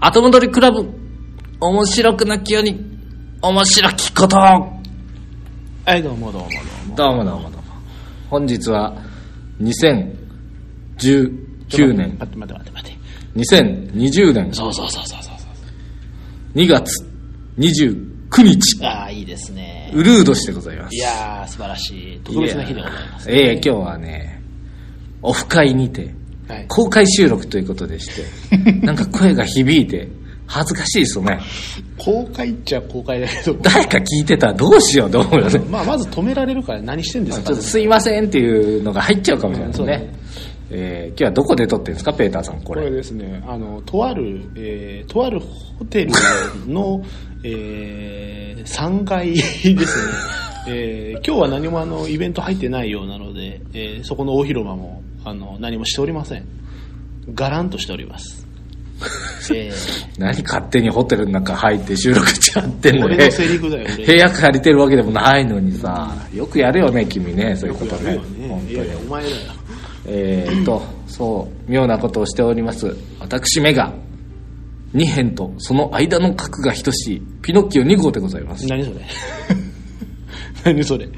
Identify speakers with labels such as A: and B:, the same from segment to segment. A: 後戻りクラブ、面白くなきように、面白きこと
B: はい、どうもどうもどうも。
A: どうもどうもどうも。本日は、2019年、
B: 待って待って待って待って。
A: 2020年
B: そうそうそうそうそうそ
A: 2月29日、
B: う。ああ、いいですね。
A: ウルードしてございます。
B: いやー、素晴らしい。特別な日でございます。
A: いやええ今日はね、オフ会にて、
B: はい。
A: 公開収録ということで して、なんか声が響いて、恥ずかしいですよね。
B: 公開っちゃ公開だけど、
A: 誰か聞いてたらどうしようと思うよね。
B: まあ、まず止められるから何してんです
A: ちょっ
B: か
A: とすいませんっていうのが入っちゃうかもしれないですね。
B: うんそうね
A: えー今日はどこで撮ってるんですか、ペーターさん、こ
B: こ
A: れ。
B: れですね、あの、とある、えー、とあるホテルの、 えー、3階 ですね。えー、今日は何もあの、イベント入ってないようなので、えー、そこの大広間も、あの、何もしておりません。ガランとしており ます。え
A: 何勝手にホテルの中入って収録しちゃってん
B: ー、
A: の
B: 俺のセリフだよ、
A: 部
B: 俺。
A: 屋借りてるわけでもないのにさ、よくやるよね、君ね、そういうことね。本当
B: いやいや、お
A: に。
B: 前だよ。
A: えーっと、そう、妙なことをしております。私めが、2編とその間の角が等しい、ピノッキオ2号でございます。
B: 何それ 何それ
A: ん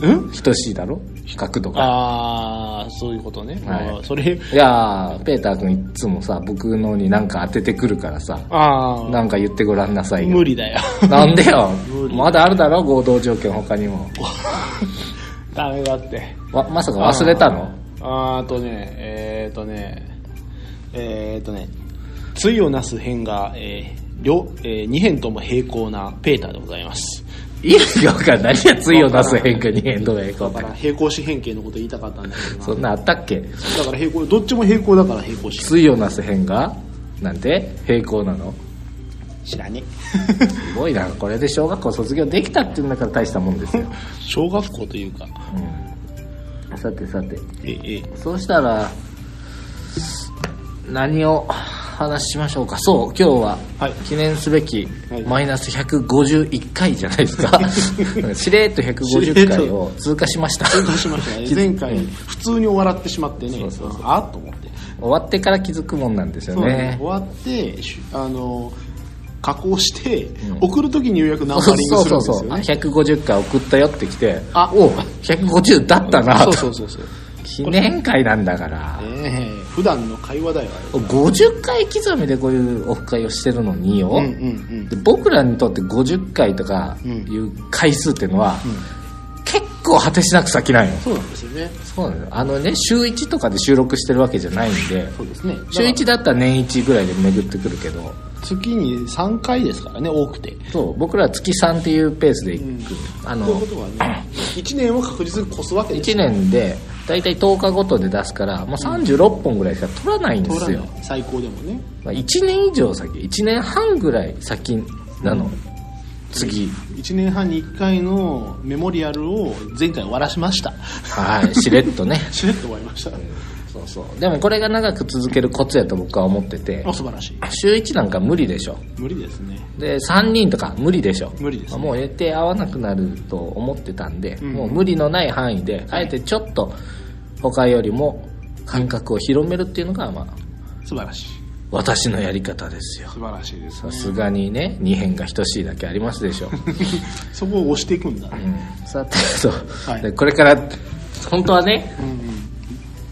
B: うん
A: 等しいだろ角度が。
B: あー、そういうことね。
A: はい
B: あーそれ、
A: いやー、ペーター君いつもさ、僕のになんか当ててくるからさ、
B: あー、
A: なんか言ってごらんなさいよ。
B: 無理だよ。
A: なんでよ
B: 無。理
A: まだあるだろ、合同条件他にも。
B: ダメだって。
A: わまさか忘れたの
B: あーあとね、えー、とね、えー、とね、ついをなす辺が、えー、両、えー、2辺とも平行なペーターでございます。
A: 意味がわかんない。何がついを出す変化に変動がいいかわか
B: だ
A: ん
B: か
A: ない
B: ら平行四辺形のこと言いたかったんだけど
A: そんなあったっけ
B: な。だから平行、どっちも平行だから平行四辺
A: ついをなす変がなんて平行なの
B: 知らね
A: すごいな。これで小学校卒業できたっていうんだから大したもんですよ。
B: え。小学校というか、
A: うんさてさて。
B: え、え、
A: そうしたら、何を話しましょうか。そう、今日は
B: はい
A: 記念すべき
B: はい
A: マイナス151回じゃないです か。しれっと150回を通過しました。
B: 通過しましたね。 前回、普通に笑ってしまってね、あーっと思って。
A: 終わってから気づくもんなんですよ
B: そうね
A: ね
B: 終。わって、しあの、加工して、
A: ん
B: 送るときにようやくナン
A: そ
B: バ
A: う
B: リン
A: そ
B: グ
A: う
B: する
A: そ
B: ん
A: う
B: です
A: そ
B: よね
A: う。。あ150回送ったよって来て、
B: あ
A: おう150だったな
B: そ
A: と。
B: うそうそうそう。
A: 記念会なんだから。
B: ええ普段の会話だよ。あ
A: 50回刻みでこういうオフ会をしてるのによ。
B: れうんうんうん。
A: で僕らにとって50回とか
B: うん
A: いう回数っていうのは、結構果てしなく先なんよ
B: そうなんですよね。
A: そうなんですよあのね週1とかで収録してるわけじゃないんで
B: そうですね。だから
A: 週1だったら年1ぐらいで巡ってくるけど
B: 月に3回ですからね、多くて。
A: そう僕らは月3っていうペースでいく、
B: うん
A: あ
B: とい
A: の
B: うことはね、1年を確実に越すわけです
A: 1年で大体10日ごとで出すからもう36本ぐらいしか取らないんで
B: 通ら
A: すよ、
B: ない。最高でもね。
A: まあ、1年以上先1年半ぐらい先なの、次
B: 1年半に1回のメモリアルを前回終わらしました。
A: はいしれっとね
B: しれっと終わりました。
A: そうそうでもこれが長く続けるコツやと僕は思ってて
B: あ素晴らしい。
A: 週1なんか無理でしょ
B: 無理ですね。
A: で3人とか無理でしょ
B: 無理ですね
A: もう予定合わなくなると思ってたんで、
B: ん
A: もう無理のない範囲であえてちょっと他よりも感覚を広めるっていうのがまあ
B: 素晴らしい。
A: 私のやり方ですよ
B: 素晴らしいです
A: さ
B: ね。
A: すがにね2編が等しいだけありますでしょ
B: そこを押していくんだ。
A: うんさてそう、
B: はい
A: でこれから本当はね
B: うんうん。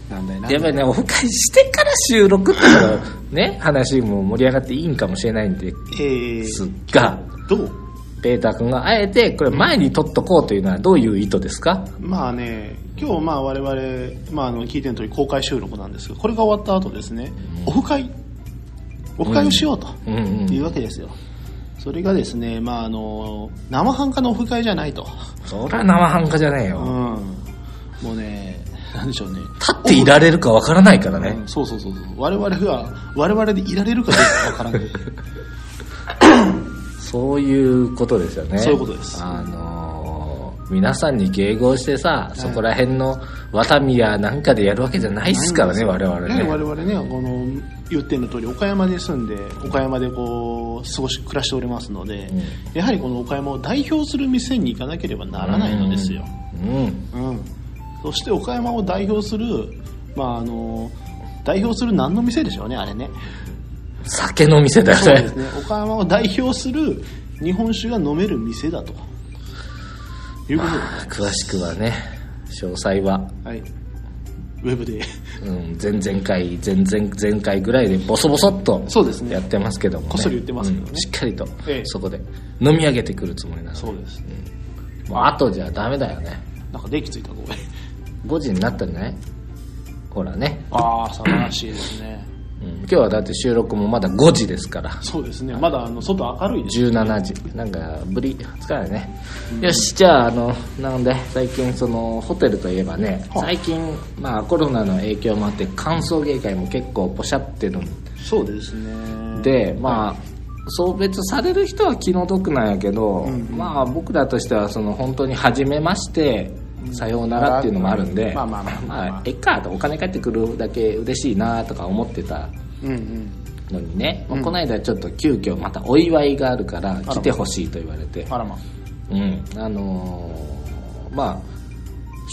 B: なんだよな。
A: やっぱりね、オフ会してから収録っていうのがね、話も盛り上がっていいんかもしれないんで
B: えー
A: すが、
B: どう
A: ペーター君があえてこれ前に撮っとこうというのはどういう意図ですか
B: まあね、今日まあ我々、まあ、あの聞いての通り公開収録なんですけど、これが終わった後ですね、オフ会、オフ会をしようと
A: うんうん
B: いうわけですよ。それがですね、まああの、生半可なオフ会じゃないと。
A: そりゃ生半可じゃねえ
B: うん。
A: よ。
B: もうね、なんでしょうね。
A: 立っていられるかわからないからね
B: う。んそうそうそうそう。我々は、我々でいられるかどうかわからない。
A: そういうことですよね。
B: そういうことです
A: あのー皆さんに迎合してさ、そこら辺のワタミやなんかでやるわけじゃない ですからね、我々ね。
B: ね、我々ね、この言っての通り、岡山に住んで、岡山でこう過ごし暮らしておりますので、やはりこの岡山を代表する店に行かなければならないのですよ。
A: うん。
B: うんそして岡山を代表する、まああの代表する何の店でしょうね、あれね。
A: 酒の店だ
B: そう
A: よ
B: で
A: ね
B: すね岡山を代表する日本酒が飲める店だということで、
A: 詳しくはね詳細は、
B: はい、ウェブで
A: うん、前々回前々前回ぐらいでボソボソっと
B: そうですね
A: やってますけども、ね、
B: こっそり言ってますけどね
A: うんしっかりと
B: ええ
A: そこで飲み上げてくるつもりなの
B: そうですね
A: もうあとじゃダメだよね
B: なんか電気ついたごめん
A: 5時になったんじゃないほらね、
B: ああ素晴らしいですね
A: うん、今日はだって収録もまだ5時ですから
B: そうですねまだあの外明るいです
A: 17時なんかぶり疲れね、よしじゃああのなので最近そのホテルといえばね
B: は
A: 最
B: い
A: 近、まあ、コロナの影響もあって歓送迎会も結構ポシャってるん
B: そうですね
A: でまあ送別される人は気の毒なんやけど、まあ僕らとしてはその本当に初めましてさようならっていうのもあるんで、
B: まあまあまあまあ
A: まあえっかとお金返ってくるだけ嬉しいなとか思ってた
B: うんうん
A: のにね、まあこの間ちょっと急遽またお祝いがあるから来てほしいと言われて
B: あらま
A: うん、あのーまあ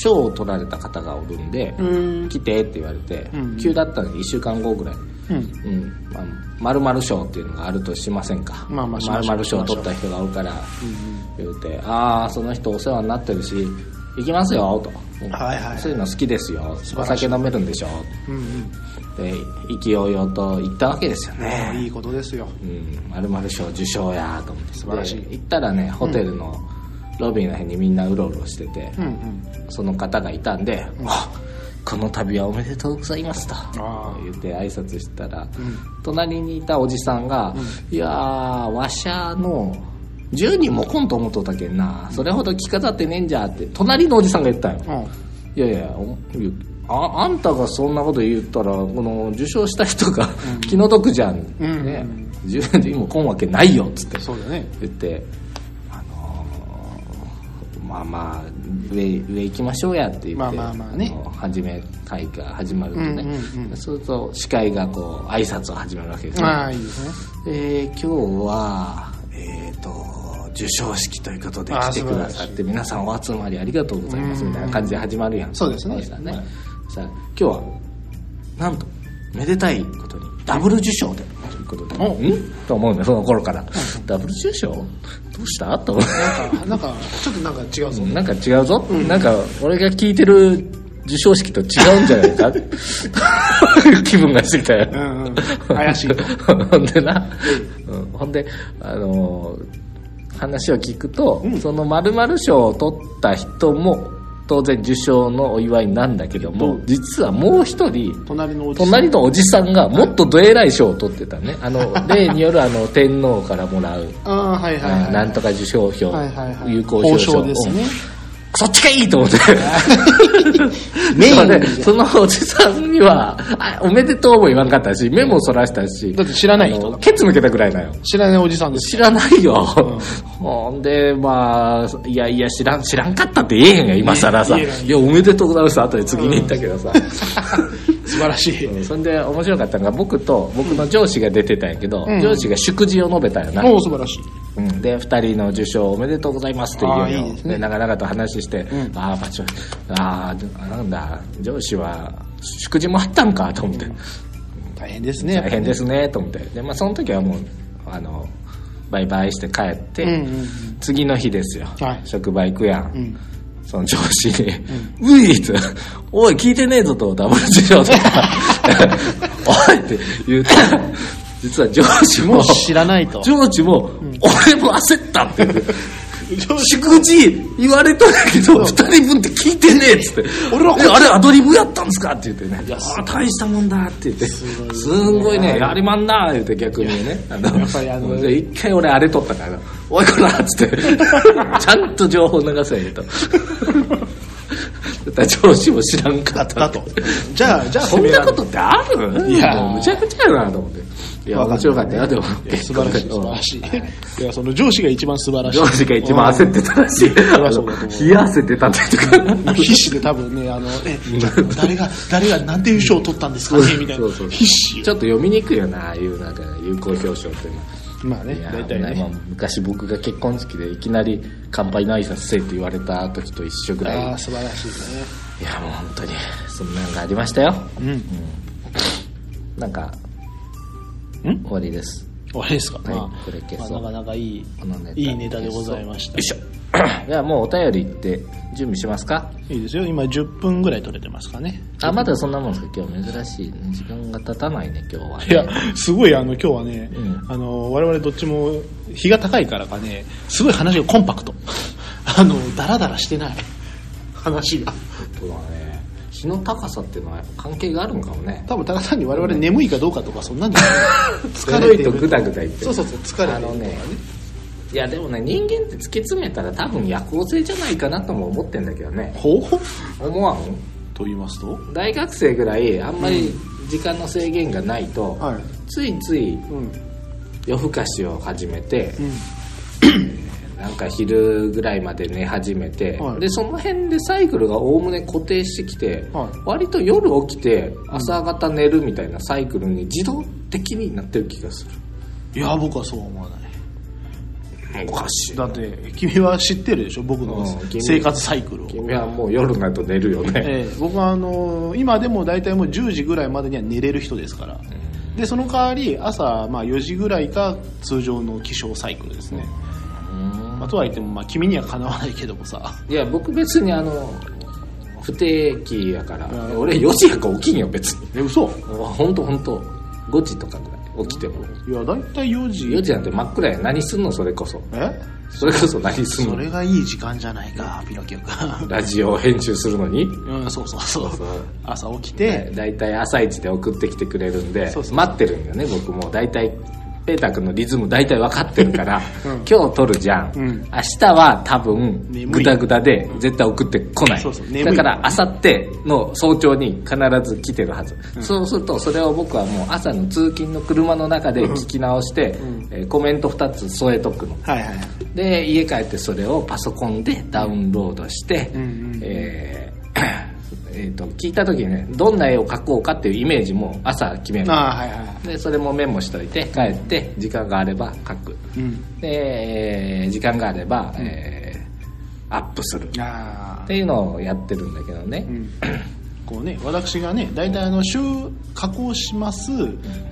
A: 賞を取られた方がおるんで、
B: ん
A: 来てって言われて、
B: うん
A: 急だったんで1週間後ぐらい、
B: うん
A: うんまあ、〇〇賞っていうのがあるとしませんか、
B: まあまあしま
A: 〇
B: しょ
A: 〇賞
B: う
A: を取った人がおるから言うて「ああその人お世話になってるし行きますよ」と「
B: はいはい
A: そういうの好きですよお
B: らし
A: 酒飲めるんでしょ」
B: うんうん
A: で意気揚々と行ったわけですよね
B: ねえいいことですよ
A: うん、〇〇賞受賞やと思って素
B: 晴らしい
A: 行ったらねホテルのロビーの辺にみんなうろうろしてて、
B: うんうん
A: その方がいたんで「あこの度はおめでとうございます」と
B: あー
A: 言って挨拶したら、隣にいたおじさんが「いやーわしゃの10人も来んと思っとったけんなそれほど着飾ってねえんじゃ」って隣のおじさんが言ったんよ、
B: うん
A: いやいやおいやああんたがそんなこと言ったらこの受賞した人が気の毒じゃん、
B: うん
A: ね自分で今来んわけないよっつって
B: そうだね
A: 言ってあのーまあまあ上上行きましょうやって言って、
B: まあまあまあね
A: の始め会が始まるとね、
B: うんうんうん
A: そうすると司会がこう挨拶を始めるわけですね、
B: ああいいですね
A: えー今日は、えー、と受賞式ということで
B: あー
A: 来てくださって皆さんお集まりありがとうございますみたいな感じで始まるやん
B: そうですね
A: 話がねさあ今日はなんとめでたいことにダブル受賞でということで
B: お
A: んと思うねその頃からダブル受賞どうしたと思う
B: なんかなんかちょっとなんか違うぞ
A: なんか違うぞ、なんか俺が聞いてる授賞式と違うんじゃないか 気分がしてきたよ、
B: うんうん怪しいと
A: ほんでな、うん、ほんであのー話を聞くと、その〇〇賞を取った人も当然受賞のお祝いなんだけども、
B: うん
A: 実はもう一人
B: 隣のおじさん
A: 隣のおじさんがもっとどえらい賞を取ってたね あの例によるあの天皇からもらう
B: ああはいはい
A: あ
B: は
A: ー
B: い
A: なんとか受賞票、
B: はいはいはい
A: 有効表彰
B: 褒です
A: うん
B: ね
A: そっちがいいと思って。
B: メインじゃん
A: でそのおじさんには、あおめでとうも言わんかったし、目もそらしたし。
B: だって知らない人だ
A: あのケツ抜けたぐらいだよ。
B: 知らないおじさ んです
A: 知らないよ。ほんで、まあ、いやいや、知らん、知らんかったって言えへんや、今更さ。
B: 言えない
A: いや、おめでとうございます。後で次に行ったけどさ。
B: 素晴らしい
A: そんで、面白かったのが、僕と、僕の上司が出てたんやけど、
B: ん
A: 上司が祝辞を述べたよな。
B: もう素晴らしい
A: うん、で2人の受賞おめでとうございますという
B: あー
A: のを
B: いいですね
A: で長々と話して、
B: ん
A: ああパチョああなんだ上司は祝辞もあったんかと思って、
B: 大変ですね
A: 大変ですすねと思ってで、まあ、その時はもうあのバイバイして帰って、
B: うんうんうん
A: 次の日ですよ、
B: はい
A: 職場行くやん、
B: ん
A: その上司に「うい!」と「おい聞いてねえぞ」と「ダブル受賞」と か「おい!」って言うと実は上司も
B: もう知らないと
A: ジョージも、俺も焦ったって言って、
B: 上司
A: 祝辞言われたんだけど、二人分って聞いてねえっつって、
B: 俺は
A: えあれアドリブやったんですかって言ってね、いや、あー大したもんだって言って、すんごいね、やりまんなー言って逆にね、あの
B: やっぱりあの
A: で一回俺あれ取ったから、おいこらっ つって、ちゃんと情報流せよと。だから上司も知らんかっ
B: だったた
A: って
B: と。じゃあじゃあ
A: そん
B: 攻めら
A: な
B: れ
A: こ
B: る
A: とってある
B: いやー
A: もうむちゃくちゃやなと思って。いや、
B: わかんない
A: 面白かったよ、でも。
B: 素晴らしい素晴らしいいやその上司が一番素晴らしい
A: 上司が一番焦ってたらしい。あ
B: りゃそうだ
A: の
B: と思う
A: 冷や汗出たってと
B: も
A: か
B: う。必死で多分ねあのえ誰が誰がなんで優勝を取ったんですかねみたい
A: そ
B: な
A: うそう
B: 必
A: ちょ
B: 死
A: っと読みにくいよな、ああいうなんか有効表彰っていうのは。
B: まあね
A: いや
B: 大体
A: ま
B: ね
A: あ昔僕が結婚式でいきなり乾杯の挨拶せえって言われた時と一緒ぐらい。い
B: ああ素晴らしいですね
A: や、もう本当に、そんなんがありましたよ。
B: うん
A: なんか、
B: ん
A: 終わりです
B: 終わりですか、
A: い
B: まあ
A: これ消そう
B: まあなかなかいい
A: このネタ
B: いいネタでございました
A: よいしょ じゃあもうお便りって準備しますか
B: いいですよ今10分ぐらい取れてますかね
A: あまだそんなもんですか今日珍しいね時間が経たないね今日はね
B: いや すごいあの今日はね、
A: うん
B: あの我々どっちも日が高いからかねすごい話がコンパクト あのダラダラしてない話が
A: そうだね日の高さっていうのは関係があるのかもね
B: 多分ただ単に我々眠いかどうかとかそんなんじゃ ない
A: いとグダグダ言ってる
B: そうそうそう疲れてる
A: あ
B: と
A: の
B: かね
A: ねいやでもね人間って突き詰めたら多分夜行性じゃないかなとも思ってんだけどね
B: ほう
A: 思わん
B: と言いますと
A: 大学生ぐらいあんまり時間の制限がないと、
B: はい
A: ついつい
B: うん
A: 夜更かしを始めて、
B: う
A: なんか昼ぐらいまで寝始めて、
B: はい
A: でその辺でサイクルがおおむね固定してきて、
B: はい
A: 割と夜起きて朝方寝るみたいなサイクルに自動的になってる気がする
B: んいや僕はそうは思わない
A: おかしい
B: だって君は知ってるでしょ僕の
A: うん君
B: 生活サイクルを
A: 君はもう夜になると寝るよね、
B: ええ、僕はあのー今でも大体もう10時ぐらいまでには寝れる人ですから、でその代わり朝、まあ、4時ぐらいが通常の起床サイクルですね、まあ、とはいっても、まあ、君にはかなわないけどもさ
A: いや僕別にあの不定期やから、
B: うん
A: 俺4時やから起きんよ別に
B: え嘘
A: 本当本当5時とかぐらい起きても
B: いや大体4時
A: 4時なんて真っ暗や何すんのそれこそ
B: え
A: それこそ何すん
B: そ
A: の
B: れがいい時間じゃないかピノキオ君
A: ラジオを編集するのに
B: うんそうそうそう
A: そう
B: 朝起きて、
A: だいたい朝一で送ってきてくれるんで
B: そうそう
A: 待ってるんだよね僕もだいたいペータ君のリズム大体分かってるから、
B: うん
A: 今日撮るじゃん、
B: うん
A: 明日は多分
B: 眠い
A: グダグダで絶対送ってこない、
B: そうそう眠い
A: だから明後日の早朝に必ず来てるはず、そうするとそれを僕はもう朝の通勤の車の中で聞き直して、
B: ん
A: えーコメント2つ添えとくの
B: はいはい
A: で家帰ってそれをパソコンでダウンロードして、
B: うんうん
A: えーえーと聞いた時にねどんな絵を描こうかっていうイメージも朝決める
B: ああはいは
A: でそれもメモしといて帰って時間があれば描く
B: いうん
A: で、えー時間があれば、えーアップするっ
B: ああ
A: ていうのをやってるんだけどね、
B: うんこうね、私がね大体あの週加工します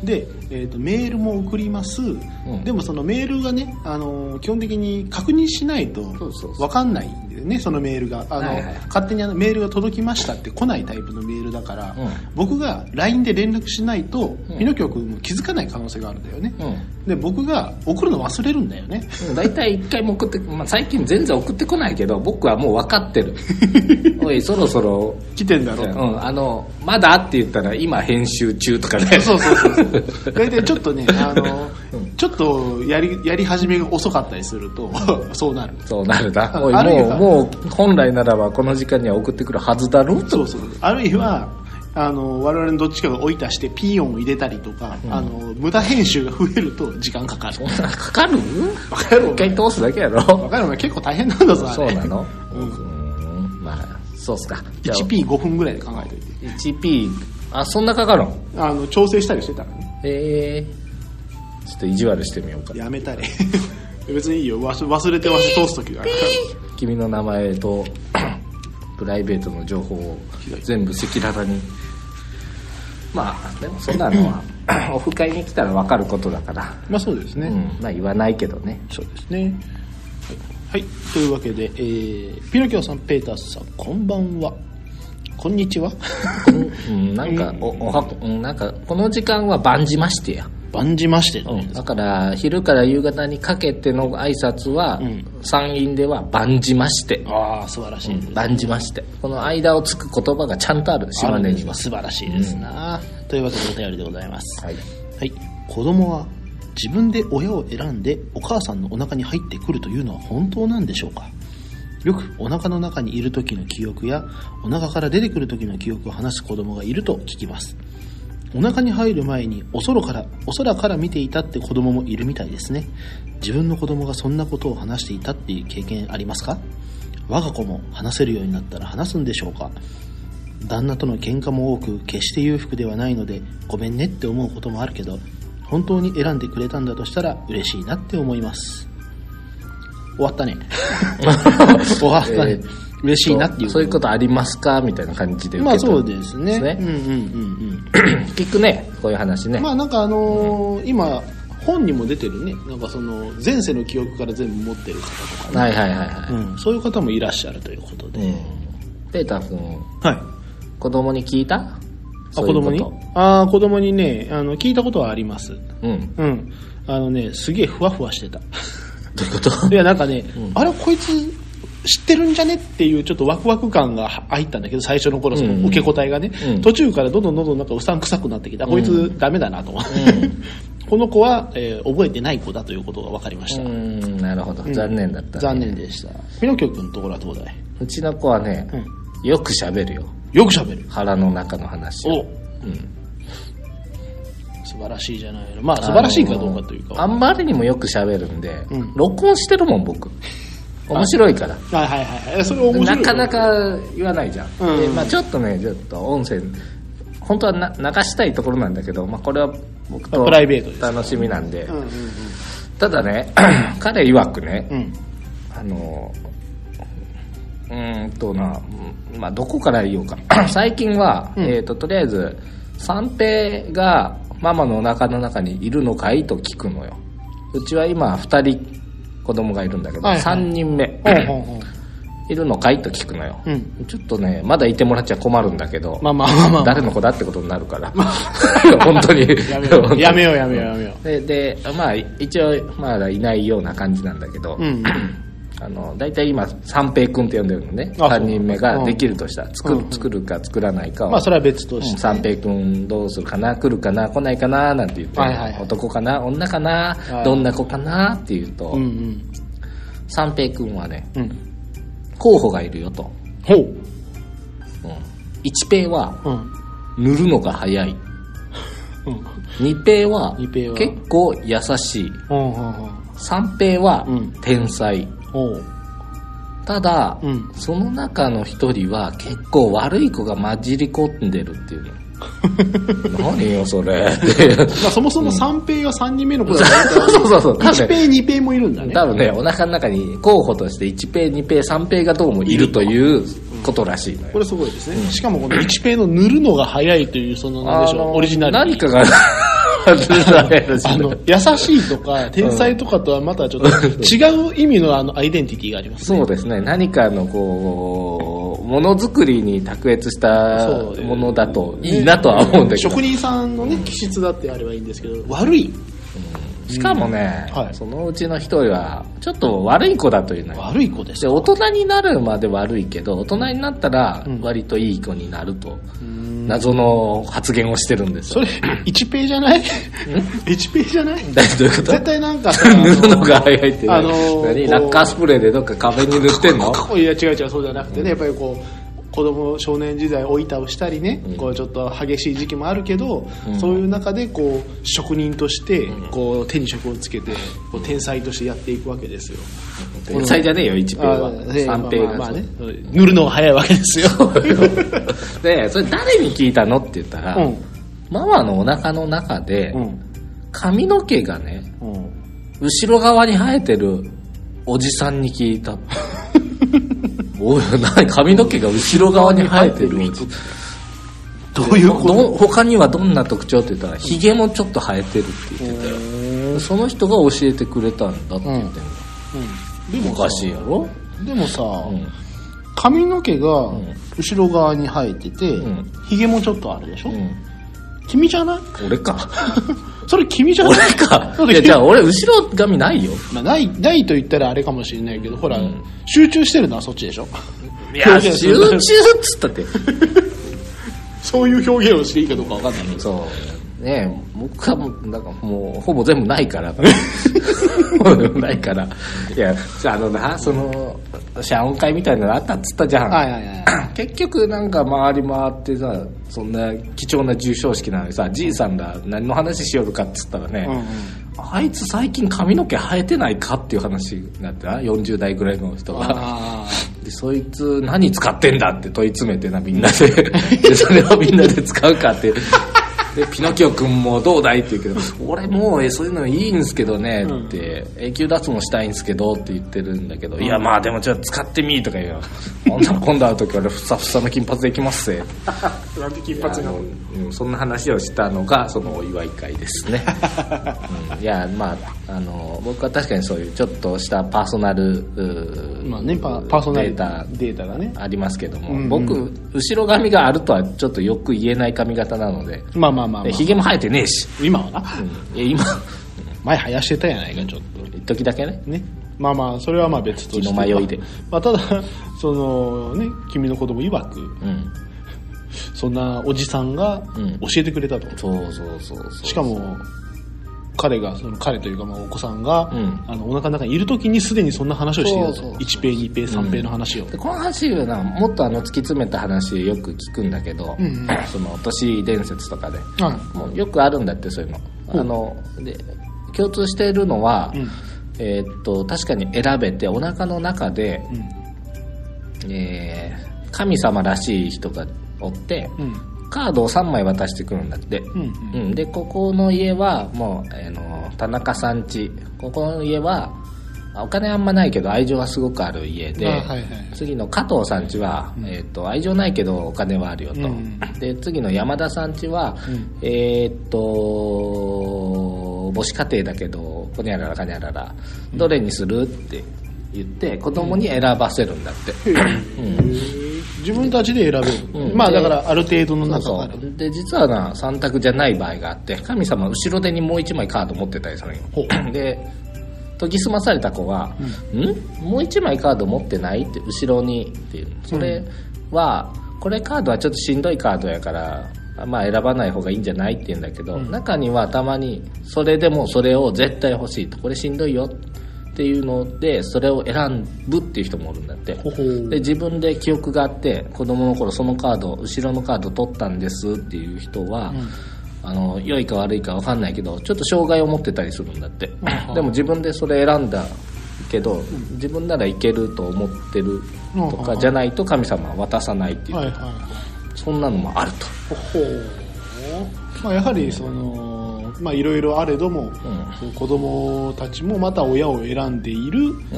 B: で、えー、とメールも送ります、
A: ん
B: でもそのメールがね、あのー基本的に確認しないと
A: そうそうそう
B: 分かんないんでねそのメールがあの、
A: はいはい
B: 勝手にあのメールが届きましたって来ないタイプのメールだから、
A: うん
B: 僕が LINE で連絡しないと、
A: うん
B: ピノキオ君も気づかない可能性があるんだよね、
A: うん
B: で僕が送るの忘れるんだよね
A: 大体一回も送って、まあ、最近全然送ってこないけど僕はもう分かって るおいそろそろ
B: 来てんだろうと
A: うん、あの、まだって言ったら今編集中とかね。
B: そうそうそうそう。 大体ちょっとね、あの、ちょっとやり、やり始めが遅かったりすると、 そうなる。
A: そうなるな。
B: あ
A: おい
B: ある意味
A: もう、もう本来ならばこの時間には送ってくるはずだろうと。
B: そうそう。あるいは、あの、我々のどっちかが追い足してピーヨンを入れたりとか、あの、無駄編集が増えると時間かかる。
A: かかる
B: わかる
A: 一回通すだけや
B: わ
A: ろ。
B: かるお前結構大変なんだぞ、あ
A: そう
B: れ
A: なのうん。まあ、そうっすか。じゃあ
B: 1P5 分ぐらいで考えておいて。
A: 1P。あ、そんなかかるん
B: あの、調整したりしてたらね。
A: ええちょっと意地悪してみようか。
B: やめたり。 別にいいよ。忘忘れてわし通すときがあるから。
A: 君の名前と プライベートの情報を全部赤裸々にまあでもそんなのは オフ会に来たら分かることだから、
B: まあそうですね。
A: うん、まあ言わないけどね
B: そうですね。はい、はいというわけで、えー、ピノキオさん、ペーターさん、こんばんは。こんにちは。
A: うんなんかおおはこうんなんかこの時間は万事ましてや
B: 万事ましてね、
A: だから昼から夕方にかけての挨拶は、
B: ん
A: 山陰では万事まして
B: ああ、素晴らしいです。
A: 万事ましてこの間をつく言葉がちゃんとある島根には
B: 素晴らしいですな、というわけでお便りでございます。
A: はい
B: はい、子供は自分で親を選んでお母さんのお腹に入ってくるというのは本当なんでしょうかよくお腹の中にいる時の記憶やお腹から出てくる時の記憶を話す子供がいると聞きますお腹に入る前にお空からお空から見ていたって子供もいるみたいですね自分の子供がそんなことを話していたっていう経験ありますか我が子も話せるようになったら話すんでしょうか旦那との喧嘩も多く決して裕福ではないのでごめんねって思うこともあるけど本当に選んでくれたんだとしたら嬉しい なって思います終わったね終わったね、
A: えー
B: 嬉しいなっていう。
A: そういうことありますかみたいな感じで
B: ま
A: 受け
B: あ
A: 取る
B: そうですね。
A: ですね
B: うんうんうん
A: 聞くねこういう話
B: う
A: ね、
B: ん。まあなんかあのー今、本にも出てるね、なんかその、前世の記憶から全部持ってる方とか、
A: はいはいはいはい、
B: うん、そういう方もいらっしゃるということで。
A: うん、ペーター君
B: はい。
A: 子供に聞いたあ
B: あ、子供にああ、子供にね、あの、聞いたことはあります。
A: うん
B: うん。あのね、すげえふわふわしてた。
A: どういうこと
B: いや、なんかね、あれ、こいつ、知ってるんじゃねっていうちょっとワクワク感が入ったんだけど、最初の頃、その
A: うんうん
B: 受け答えがね、
A: うん
B: 途中からどんどんどんどんなんかうさんくさくなってきた。こいつダメだなと。 この子は、えー覚えてない子だということが分かりまし
A: う
B: た。
A: んなるほど残念だった、
B: 残念でした。ピノキョ君のところはどうだいう
A: ちの子はね、よく喋るよ
B: よく喋る。
A: 腹の中の話を
B: お素晴らしいじゃないの。まあ、素晴らしいかどうかというか。
A: あんまりにもよく喋るんで、
B: うん
A: 録音してるもん僕面白いから
B: はいはいはいはい。それ面白いよ。
A: なかなか言わないじゃん、
B: うん
A: でまあ、ちょっとねちょっと音声本当はな流したいところなんだけど、まあ、これは僕
B: まあ
A: と
B: プライベートです
A: 楽しみなんで
B: うんうんうん。
A: ただね 彼曰くね、
B: うん。
A: あのうーんとな、うんまあ、どこから言おうか な最近は、
B: うん
A: えー、ととりあえず三平がママのお腹の中にいるのかいと聞くのようちは今2人子供がいるんだけど、
B: はいはい
A: 3人目
B: ほんほんほん
A: いるのかいと聞くのよ、
B: うん。
A: ちょっとねまだいてもらっちゃ困るんだけど、
B: まあまあまあまあ。
A: 誰の子だってことになるから 本当に
B: やめようやめようやめようやめ
A: で
B: よ
A: でまあ一応まだいないような感じなんだけど、
B: う。うん。
A: あの大体今三平君って呼んでるのね
B: あそう
A: 3人目が
B: うん
A: できるとしたら作,、
B: うんうん
A: 作るか作らないかを、
B: まあそれは別として。
A: 三平君どうするかな来るかな来ないかななんて言って、
B: はいはいはい
A: 男かな女かな、
B: い
A: どんな子かなって言うと、
B: うんうん。
A: 三平君はね
B: うん。
A: 候補がいるよと、
B: ほう。
A: うん、一平は
B: うん。
A: 塗るのが早い
B: うん。
A: 二平は
B: 二平は
A: 結構優しい
B: ほうほうほう。
A: 三平は
B: うん
A: 天才、
B: ほう。
A: ただ、
B: うん
A: その中の一人は結構悪い子が混じり込んでるっていう の何よそれって
B: まあそもそも三平が三人目の子だから
A: そうそうそうそう多
B: 一
A: 分
B: 平二平もいるんだね。
A: 多分ねお腹の中に候補として1ペ2ペ3ペがどうもいるということらしいの
B: こ
A: よ
B: れすごいですね。しかもこの一平の塗るのが早いという、その、なんでし
A: あ
B: ょ
A: の
B: う、オリジナル。
A: 何かが
B: あの、優しいとか、天才とかとはまたちょっと違う意味のあの、アイデンティティがありますね。
A: そうですね何かのこうものづくりに卓越した
B: そう
A: ものだといいなとは思うんだけど
B: 職人さんのね、気質だってあればいいんですけど、悪い。
A: しかもね、
B: うんはい
A: そのうちの一人はちょっと悪い子だというのよ
B: 悪い子です
A: で大人になるまで悪いけど大人になったら
B: うん
A: 割といい子になると
B: ん
A: 謎の発言をしてるんです
B: そ
A: よ
B: れ、一平じゃない一平じゃない
A: どういうこと
B: 絶対なんかさ、あ
A: 塗るの
B: の
A: が早いって何、
B: あのー
A: 何
B: こう
A: ラッカースプレーでどっか壁に塗ってんの
B: いや違う違う、そうじゃなくてね、やっぱりこう、子供少年時代、老いたをしたりね、こうちょっと激しい時期もあるけど、
A: うん
B: そういう中でこう職人としてこう手に職をつけてこう天才としてやっていくわけですよ。
A: 天才じゃねえよ1ペ
B: あ
A: は
B: ー
A: 3ペ
B: まあまあま
A: が
B: あ
A: そう
B: ね、塗るのが早いわけ ですよ。
A: でそれ誰に聞いたのって言ったら、
B: うん
A: ママのお腹の中で
B: うん
A: 髪の毛がね
B: うん
A: 後ろ側に生えてるおじさんに聞い たおい何髪の毛が後ろ側に生えてるおじ
B: どういうこと
A: どん他にはどんな特徴って言ったらひげもちょっと生えてるって言ってたよその人が教えてくれたんだって言ってんの、
B: うんで
A: お
B: もさ
A: かしいやろ、
B: でもさ、
A: うん
B: 髪の毛が後ろ側に生えてて、
A: ん
B: ひげもちょっとあるでしょ、
A: うん、
B: 君じゃない
A: 俺か
B: それ君 じゃない
A: 俺か
B: だっ
A: い
B: て
A: やじゃ あ俺後ろ髪ないよ
B: ま あ、ないないと言ったらあれかもしれないけどほら、
A: うん
B: 集中してるのはそっちでしょ
A: いや
B: 表現す
A: 集
B: る
A: 中っつったって
B: そういう表現をしていいかどうかわかんないけど
A: そうねえ僕はもうなんかもうほぼ全部ないからほぼないからいやあのなその謝恩会みたいなのあったっつったじゃん、
B: はいはいはい
A: 結局なんか回り回ってさそんな貴重な授賞式なのにさじいさんだ何の話しよるかっつったらね、
B: うんうん
A: あいつ最近髪の毛生えてないかっていう話になってな40代ぐらいの人が
B: あ
A: でそいつ何使ってんだって問い詰めてなみんなででそれをみんなで使うかってでピノキオ君もどうだいって言うけど「俺もうえそういうのいいんですけどね」って「永久脱毛したいんですけど」って言ってるんだけど「いやまあでもちょっと使ってみ」とか言うよ「ほんなら今度会う時俺ふさふさの金髪で行きますぜ」
B: なんで金
A: いやあ
B: 髪な
A: の
B: の
A: うんそんな話をしたのがそのお祝い会です ね、うんいやまああの僕は確かにそういうちょっとしたパーソナルうー
B: まあねパパーソナリ
A: データ
B: データがね
A: ありますけども、
B: うんうん
A: 僕後ろ髪があるとはちょっとよく言えない髪型なので
B: まあまあまあ、ま
A: で
B: あ、
A: ひげも生えてねえし、
B: 今はな
A: え今
B: 前生やしてたやないかちょっと
A: 一時だけね
B: ねまあまあそれはまあ別として
A: 気の迷いで
B: まあ、ただそのね君の子供曰く
A: うん
B: そんなおじさんが
A: うん
B: 教えてくれたと、
A: そうそうそうそう
B: しかも彼がその彼というかまあお子さんが、
A: うん
B: あのお腹の中にいる時にすでにそんな話をしていたと
A: そうそうそう
B: 1ペー2ペー3ペーの話を、
A: でこの話はなもっとあの突き詰めた話よく聞くんだけど、
B: うんうん
A: その都市伝説とかで
B: はい
A: もうよくあるんだってそういうのあので共通しているのは、
B: うん
A: えーっと確かに選べてお腹の中で、
B: う
A: えー神様らしい人がおって、
B: んうん
A: カードを3枚渡してくるんだって、
B: うん
A: うんでここの家はもう、あの田中さん家ここの家はあお金あんまないけど愛情がすごくある家で、
B: あはいはい
A: 次の加藤さん家は、えー、と愛情ないけどお金はあるよと、
B: うん
A: で次の山田さん家は、
B: うん
A: えーっと母子家庭だけどこにゃららかにゃららどれにするって言って子供に選ばせるんだって、
B: 自分たちで選べる、
A: うん
B: まあ
A: で
B: だからある程度の
A: そうそ
B: 中から
A: うで実はな3択じゃない場合があって神様は後ろ手にもう1枚カード持ってたりするんよ
B: ほう
A: で研ぎ澄まされた子は「んもう1枚カード持ってない?」って後ろにっていうそれは、これカードはちょっとしんどいカードやからまあ選ばない方がいいんじゃないって言うんだけど、中にはたまにそれでもそれを絶対欲しいとこれしんどいよっていうのでそれを選ぶっていう人もおるんだって
B: ほほう
A: で自分で記憶があって子供の頃そのカード後ろのカード取ったんですっていう人は、あの良いか悪いか分かんないけどちょっと障害を持ってたりするんだって、でも自分でそれ選んだけど、自分ならいけると思ってると
B: う
A: か
B: ん
A: じゃないと神様は渡さないっていう、
B: はいはい
A: そんなのもあると、
B: ほほうまあやはりそのまあいろいろあれども、その子供たちもまた親を選んでいる
A: うん、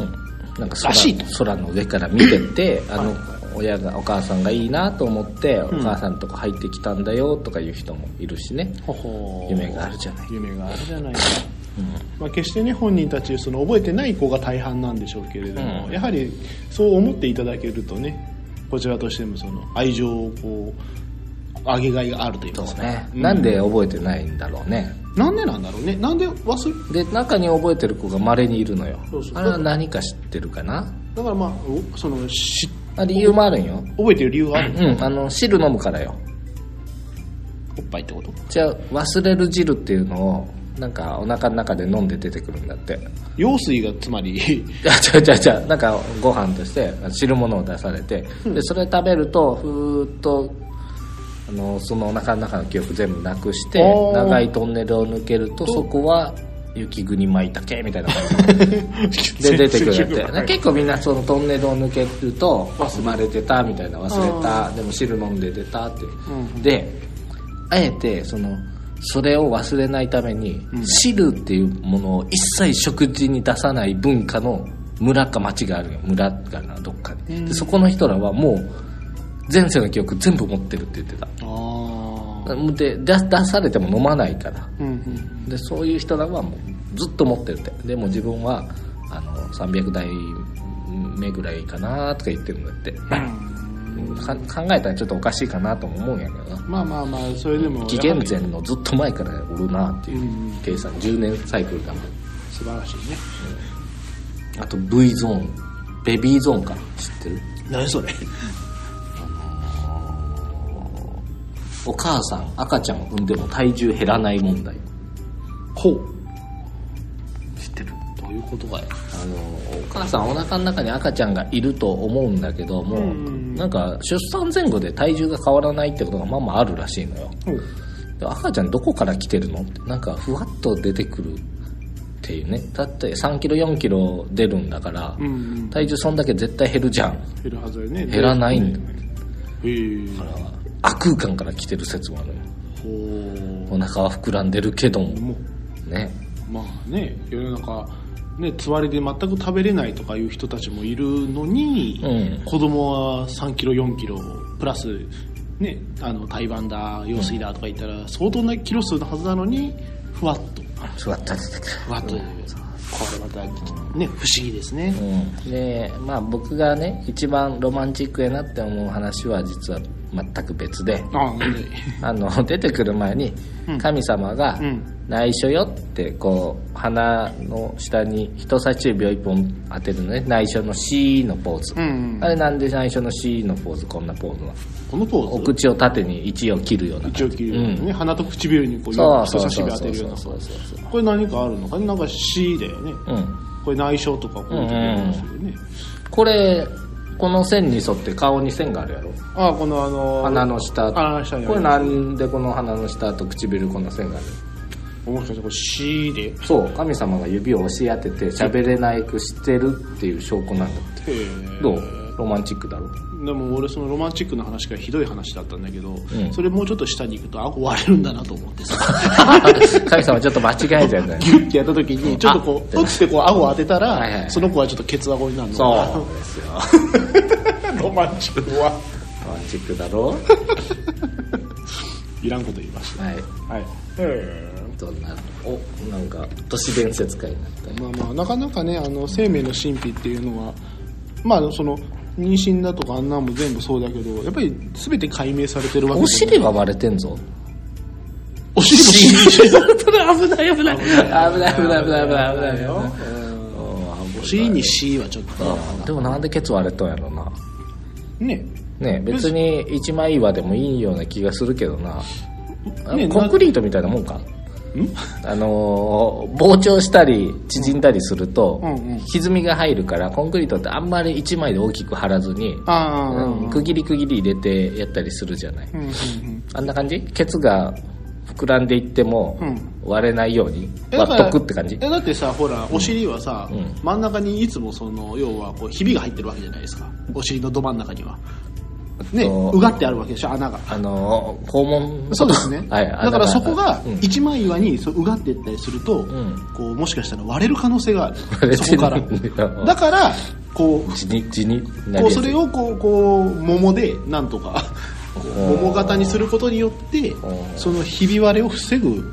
A: なんから
B: しいと
A: 空空の上から見ててあの親がお母さんがいいなと思って、お母さんのとこ入ってきたんだよとかいう人もいるしね
B: ほほう
A: 夢があるじゃない
B: 夢があるじゃないか、まあ、決してね本人たちその覚えてない子が大半なんでしょうけれども、
A: うん
B: やはりそう思っていただけるとねこちらとしてもその愛情をこうあげがいがあると言い
A: そ
B: ます
A: う
B: か
A: ね、
B: うん
A: なんで覚えてないんだろうね
B: なんでなんだろうねなんで忘れ
A: で中に覚えてる子がまれにいるのよ
B: そうそう
A: あれは何か知ってるかな
B: だからまあおそのし
A: あ理由もあるんよ
B: 覚えてる理由がある、
A: うんあの汁飲むからよ
B: おっぱいってこと
A: じゃあ忘れる汁っていうのをなんかお腹の中で飲んで出てくるんだって
B: 羊水がつまり
A: あ違う違う違うなんかご飯として汁物を出されてでそれ食べるとふーっとあのそのお腹の中の記憶全部なくして
B: おー
A: 長いトンネルを抜けるとそこは雪国舞茸みたいな感じで出てくるって、結構みんなそのトンネルを抜けると生まれてたみたいな忘れたでも汁飲んで出たって、
B: ん
A: であえてそのそれを忘れないために、汁っていうものを一切食事に出さない文化の村か町があるよ村かなどっかに、でそこの人らはもう前世の記憶全部持ってるって言ってた
B: ああ
A: で出出されても飲まないから
B: うんうん
A: でそういう人らはもうずっと持ってるってでも自分はあの300台目ぐらいかなとか言ってるんだって、か考えたらちょっとおかしいかなとも思うんやけどな
B: まあまあまあそれでも
A: 紀元前のずっと前からおるなってい
B: うん
A: う計算10年サイクルだもん
B: 素晴らしいね
A: あと V ゾーンベビーゾーンか知ってる
B: 何それ
A: お母さん赤ちゃんを産んでも体重減らない問題
B: ほう
A: 知ってる
B: どういうことかよ
A: あのお母さんお腹の中に赤ちゃんがいると思うんだけども、
B: うん
A: なんか出産前後で体重が変わらないってことがまあまああるらしいのよ
B: ほう
A: で赤ちゃんどこから来てるのってなんかふわっと出てくるっていうねだって3キロ4キロ出るんだから、
B: うんうん
A: 体重そんだけ絶対減るじゃん
B: 減るはずよね
A: 減らないんだ
B: へえ
A: から悪空間から来てる説もあるのよ
B: ほう
A: お腹は膨らんでるけども
B: もう
A: ね
B: まあね世の中ねつわりで全く食べれないとかいう人たちもいるのに、
A: うん
B: 子供は3キロ4キロプラスねあの胎盤だ羊水だとか言ったら相当なキロ数のはずなのにふわっと
A: 座った出てくる
B: ふわっと、これまたね不思議ですね、
A: うん、でまあ僕がね一番ロマンチックやなって思う話は実は全く別 で
B: ああなんで
A: あの出てくる前に
B: うん
A: 神様が
B: うん
A: 「内緒よ」ってこう鼻の下に人差し指を一本当てるのね内緒の「シー」のポーズ、
B: うん
A: あれなんで内緒の「シー」のポーズこんなポーズなの
B: このポ
A: お
B: ーズ
A: 口を縦に一応切るような
B: 一応切るようなね、鼻と唇にこう
A: そう
B: 人
A: そう
B: 差し
A: そう
B: 指当
A: そ
B: て
A: う
B: るよう
A: そ
B: な
A: うそうそう
B: これ何かあるのかねなんか C だよね
A: うん
B: これ内緒とかこういう時ありますよね、
A: これこの線に沿って顔に線があるやろ
B: ああこのあの
A: 鼻の下
B: 鼻の下にあ
A: こ
B: る
A: れなんでこの鼻の下と唇この線がある
B: もしかしてこれ C でへ
A: そう神様が指を押し当てて喋れないくしてるっていう証拠なんだって
B: え
A: どうロマンチックだろ
B: でも俺そのロマンチックな話がひどい話だったんだけど、
A: ん
B: それもうちょっと下に行くとあこう割れるんだなと思って さ
A: 神様ちょっと間違えちゃうんだよね
B: ギュッてやった時にちょっとこううってこう顎を当てたら、
A: はいはいはい
B: その子はちょっとケツ顎になるの
A: そう
B: ですよ ロマンチック は
A: ロマンチックだろはい
B: らんこと言いまし
A: い
B: たはいへえ
A: どんなおなんか都市伝説会になったり
B: まあまあなかなかねあの生命の神秘っていうのはまあその妊娠だとかあんなんも全部そうだけどやっぱり全て解明されてるわけ
A: お
B: じゃ
A: 尻は割れてんぞ
B: お尻も神 秘
A: 危ない危ない危ない危ない危ない危ない危ない危ない危ない
B: お尻に C はちょっと
A: でもなんでケツ割れたんやろな
B: ね
A: ね別に一枚岩でもいいような気がするけどな、あ
B: ね
A: コンクリートみたいなもんか
B: ん
A: あのー膨張したり縮んだりすると、
B: うんうん
A: 歪みが入るからコンクリートってあんまり一枚で大きく張らずに、
B: ああ
A: うん区切り区切り入れてやったりするじゃない、
B: うんうんうん
A: あんな感じケツが膨らんでいっても
B: うん
A: 割れないように
B: え
A: 割っとくって感じ
B: えだってさほらお尻はさ、
A: うん
B: 真ん中にいつもその要はこうひびが入ってるわけじゃないですかお尻のど真ん中にはね
A: そう
B: うがってあるわけでしょ穴が
A: あのー肛門。
B: そうですね
A: はい
B: だからそこが
A: うん
B: 一枚岩にそううがっていったりすると、
A: ん
B: こうもしかしたら割れる可能性があ
A: 割
B: る。
A: れ
B: そ
A: て
B: こから
A: るんだよ。
B: だから、こう、
A: 地に地になり
B: こ
A: や
B: う
A: すい
B: それをこう、こう、桃で、なんとか、こう
A: おー
B: 桃型にすることによって
A: ー、
B: そのひび割れを防ぐ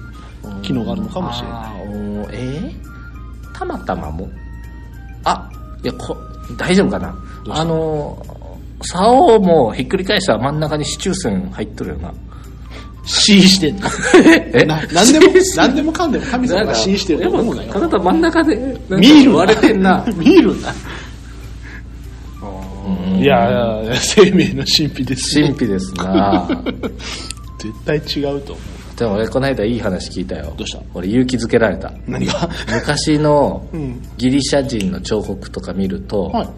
B: 機能があるのかもしれない。
A: あーおーえーたまたまもあいやこ大丈夫かな
B: どうした
A: あのー竿もひっくり返したら真ん中に支柱線入っとるよ な
B: C してんの。
A: え
B: な何でも
A: 支、柱
B: 何でもかんでも神様が C してると思うな
A: やっ
B: よ
A: ぱ。体真ん中でなんか
B: 見るな
A: 割れてんな
B: 見るな。いやいや、生命の神秘です
A: 神秘ですな
B: 絶対違うと思
A: でも俺この間いい話聞いたよ
B: どうした
A: 俺勇気づけられた
B: う。何が
A: 昔の
B: うん
A: ギリシャ人の彫刻とか見ると、
B: はい。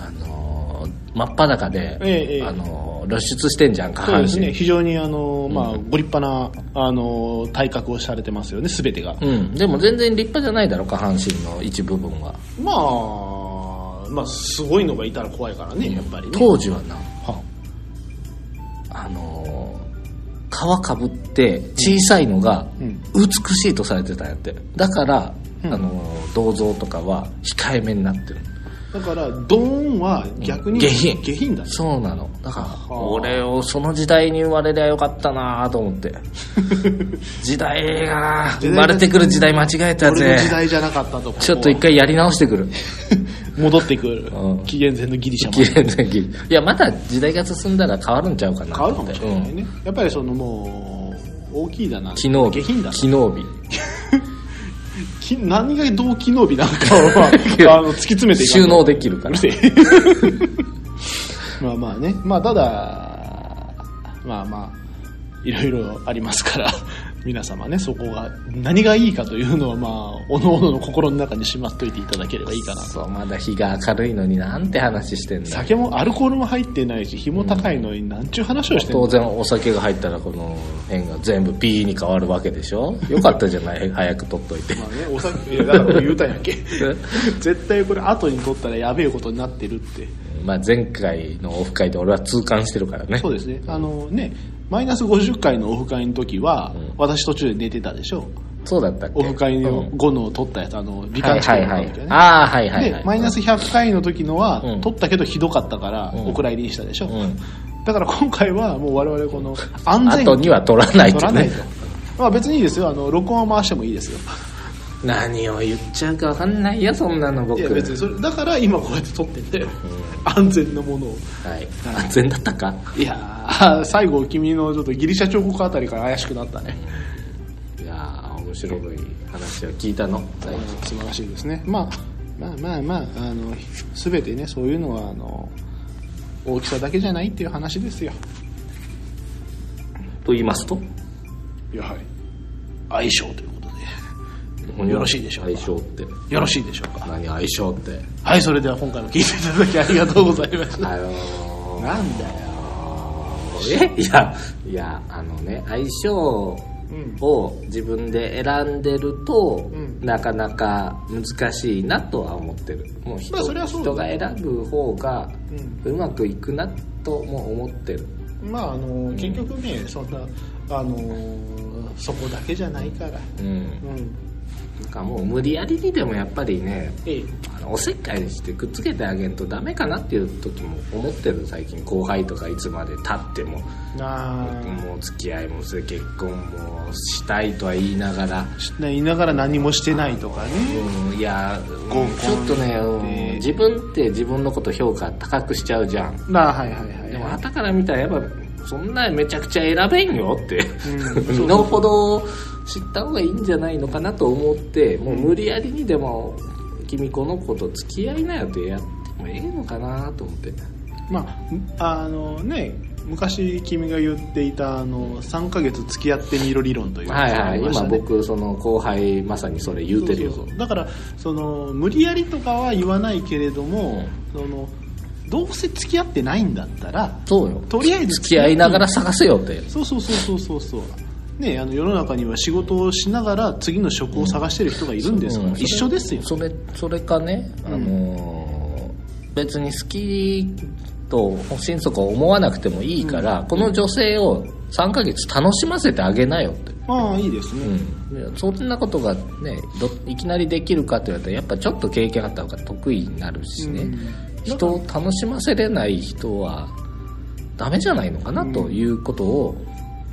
A: あのー真っ裸で、
B: ええ
A: あのー露出してんじゃん下
B: そう
A: 半
B: です
A: 身、
B: ね、非常にあの、まあ、ご立派なあの体格をされてますよね、すべてが。
A: うん、でも全然立派じゃないだろ下半身の一部分は、
B: まあ、まあ、すごいのがいたら怖いからね、やっぱりね。
A: 当時はな
B: は
A: あのー皮かぶって小さいのが
B: うん
A: 美しいとされてたんやってだから、
B: うん
A: あのー銅像とかは控えめになってる
B: だから、ドーンは逆に
A: 下品
B: 下品だね。
A: そうなのだから
B: あ
A: 俺をその時代に生まれりゃよかったなと思って 時代が生まれてくる時代間違えた
B: 俺
A: ぜ
B: の時代じゃなかったとか。
A: ちょっと一回やり直して くる
B: 戻ってくる
A: うん。
B: 紀元前のギリシャま
A: 綺
B: で
A: 麗なギリいやまだ時代が進んだら変わるんちゃうかな
B: 変わるかもしれな
A: う
B: い
A: ん
B: ね。やっぱりそのもう、大きいだな。
A: 機能
B: 下
A: 日
B: 品だな。
A: 機能日
B: き何がどう機能日なんかを、まあ、あの突き詰めていかん
A: 収
B: と
A: 納できるか
B: う
A: ら
B: るせえまあまあねまあただまあまあいろいろありますから皆様ねそこが何がいいかというのはまあおのの心の中にしまっといていただければいいかな
A: そうまだ日が明るいのになんて話してんだ
B: 酒もアルコールも入ってないし日も高いのになんちゅう話をしてんの、
A: 当然お酒が入ったらこの辺が全部 P に変わるわけでしょよかったじゃない早く取っといて
B: まあね、お酒いやだから俺言うたんやんけ 絶対これ後に取ったらやべえことになってるって
A: まあ前回のオフ会で俺は痛感してるからね
B: そうですね。あのね、マイナス50回のオフ会の時は、
A: うん
B: 私途中で寝てたでしょ
A: そうだったっけ
B: オフ会
A: う
B: の
A: ん
B: 後の撮ったやつあの美
A: はい
B: 観地
A: は
B: 区
A: い
B: の
A: は
B: 時
A: い
B: ね、
A: ああはいはいは
B: で
A: い
B: マイナス100回の時のは、
A: うん
B: 撮ったけどひどかったから、
A: うん
B: お蔵入りにしたでしょ、
A: うん
B: だから今回はもう我々こ の安全
A: 後には取らないとね
B: 取らないと、まあ、別にいいですよあの録音は回してもいいですよ
A: 何を言っちゃうか分かんないよそんなの
B: い
A: 僕
B: や別にそれだから今こうやって撮ってて、安全なものを
A: はい安全だったか
B: いやー最後君のちょっとギリシャ彫刻あたりから怪しくなったね、
A: いやー面白い話を聞いたのはい
B: 素晴らしいですね、まあ、まあまあまああの全てねそういうのはあの大きさだけじゃないっていう話ですよ
A: と言いますと
B: やはり相性ということでよろしいでしょう
A: 相性
B: か
A: って
B: よろしいでしょうか
A: 何相性って
B: はいそれでは今回も聞いていただきありがとうございました
A: あのー
B: なんだよ
A: えいやいやあのね相性
B: うん
A: を自分で選んでると、
B: うん
A: なかなか難しいなとは思ってるもう人,、
B: まあそれはそうだ
A: 人が選ぶ方が
B: う
A: うまくいくなとも思ってる、
B: まああの結局ねそんなあのそこだけじゃないから
A: うん、
B: うん
A: なんかもう無理やりにでもやっぱりね
B: ええ
A: あのおせっかいにしてくっつけてあげんとダメかなっていう時も思ってる最近後輩とかいつまで経っても
B: なあ
A: もう付き合いもする結婚もしたいとは言いながら
B: し言いながら何もしてないとかね
A: うんいやうん
B: 合コン
A: ちょっとね、うん
B: で
A: 自分って自分のこと評価高くしちゃうじゃん
B: なあはいはいはい
A: でもたから見たらやっぱそんなめちゃくちゃ選べんよって、
B: うん
A: 身の程を知った方がいいんじゃないのかなと思ってもう無理やりにでも君この子と付き合いなよってやってもええのかなと思って
B: まああのね昔君が言っていたあの3ヶ月付き合ってみろ理論というのが
A: はい
B: あ
A: はい、
B: りまし
A: 今
B: たね
A: 僕その後輩まさにそれ言うてるよ
B: そうそうだからその無理やりとかは言わないけれども、そのどうせ付き合ってないんだったら
A: そうよ
B: とりあえず
A: 付き合いながら探せよって
B: そうそうそうそうそうそうねあの世の中には仕事をしながら次の職を探してる人がいるんですから、
A: うん
B: 一緒ですよ
A: それそれかね、あ
B: ん
A: のー別に好きと心底思わなくてもいいから、この女性を3ヶ月楽しませてあげなよって、
B: ああいいですね、
A: うんいやそんなことがねどいきなりできるかって言われたらやっぱちょっと経験あった方が得意になるしね、
B: うん
A: 人を楽しませれない人はダメじゃないのかなということを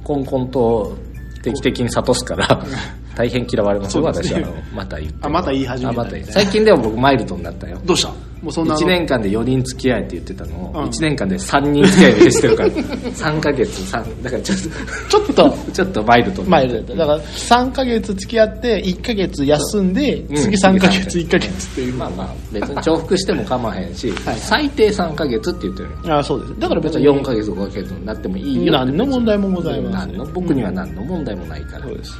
A: こんこんと定期的に諭すから大変嫌われますよ、
B: そうです
A: 私
B: ね
A: あのまた言って
B: あまた言い始めた
A: あまた言う
B: みたい
A: 最近でも僕マイルドになったよ
B: どうしたもうそんなあ
A: 1
B: の
A: 年間で4人付き合えって言ってたのを
B: うん
A: 1年間で3人付き合いでしてるから 3ヶ月3だからちょっ
B: ちょっと
A: とちょっとマイルドにな
B: マ
A: っ
B: イ
A: た
B: ルドだから3ヶ月付き合って1ヶ月休んで、
A: うん
B: 次3ヶ月1ヶ月っていう、
A: まあまあ別に重複しても構わへんし、
B: はい
A: 最低3ヶ月って言ってるよ
B: ああそうですだから別に
A: 4ヶ月5ヶ月になってもいいよって
B: 何の問題もございません
A: 何の僕には何の問題もないから、
B: そうです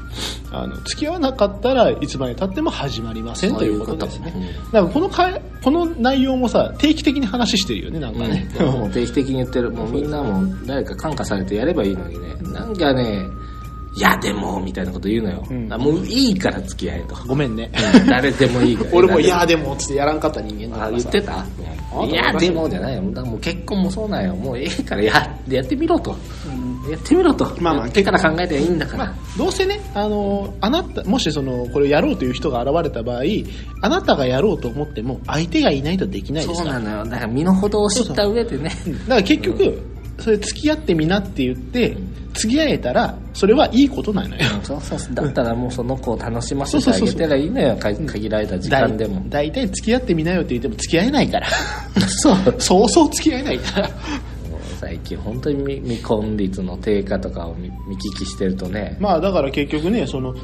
B: あの付き合わなかったらいつまでたっても始まりません
A: そ
B: と
A: うい
B: いう
A: う
B: こと
A: こと
B: ですね
A: う
B: だからこのかえこの内容もさ定期的に話してるよねなんかね、
A: うんもう定期的に言ってるもうみんなも誰か感化されてやればいいのにねなんかねいやでもみたいなこと言うのよ、
B: うん
A: あもういいから付き合えと
B: ごめんね
A: 誰でもいいから
B: 俺も「い
A: 誰で
B: やでも」っつってやらんかった人間
A: あ
B: だから
A: 言
B: さ
A: ってた
B: あ
A: いやでもじゃないよだからもう結婚もそうなんよもうええからややってみろと、やってみろと、
B: まあまあ
A: やってから考えていいんだから、
B: まあ、どうせね、あのあなた、もしその、これをやろうという人が現れた場合、あなたがやろうと思っても、相手がいないとできないで
A: そ
B: す
A: う
B: から。
A: なのよだから身の程を知った上でね
B: だから結局、それ付き合ってみなって言って、付き合えたら、それはいいことなのよ。
A: そうそうそうだったらもうその子を楽しませてあげたらいいのよか限られた時間でも
B: だいたい付き合ってみなよって言っても付き合えないから。
A: そう
B: そうそう付き合えないから。
A: 最近本当に未未婚率の低下とかを見見聞きしてるとね、
B: まあだから結局ね、その、つ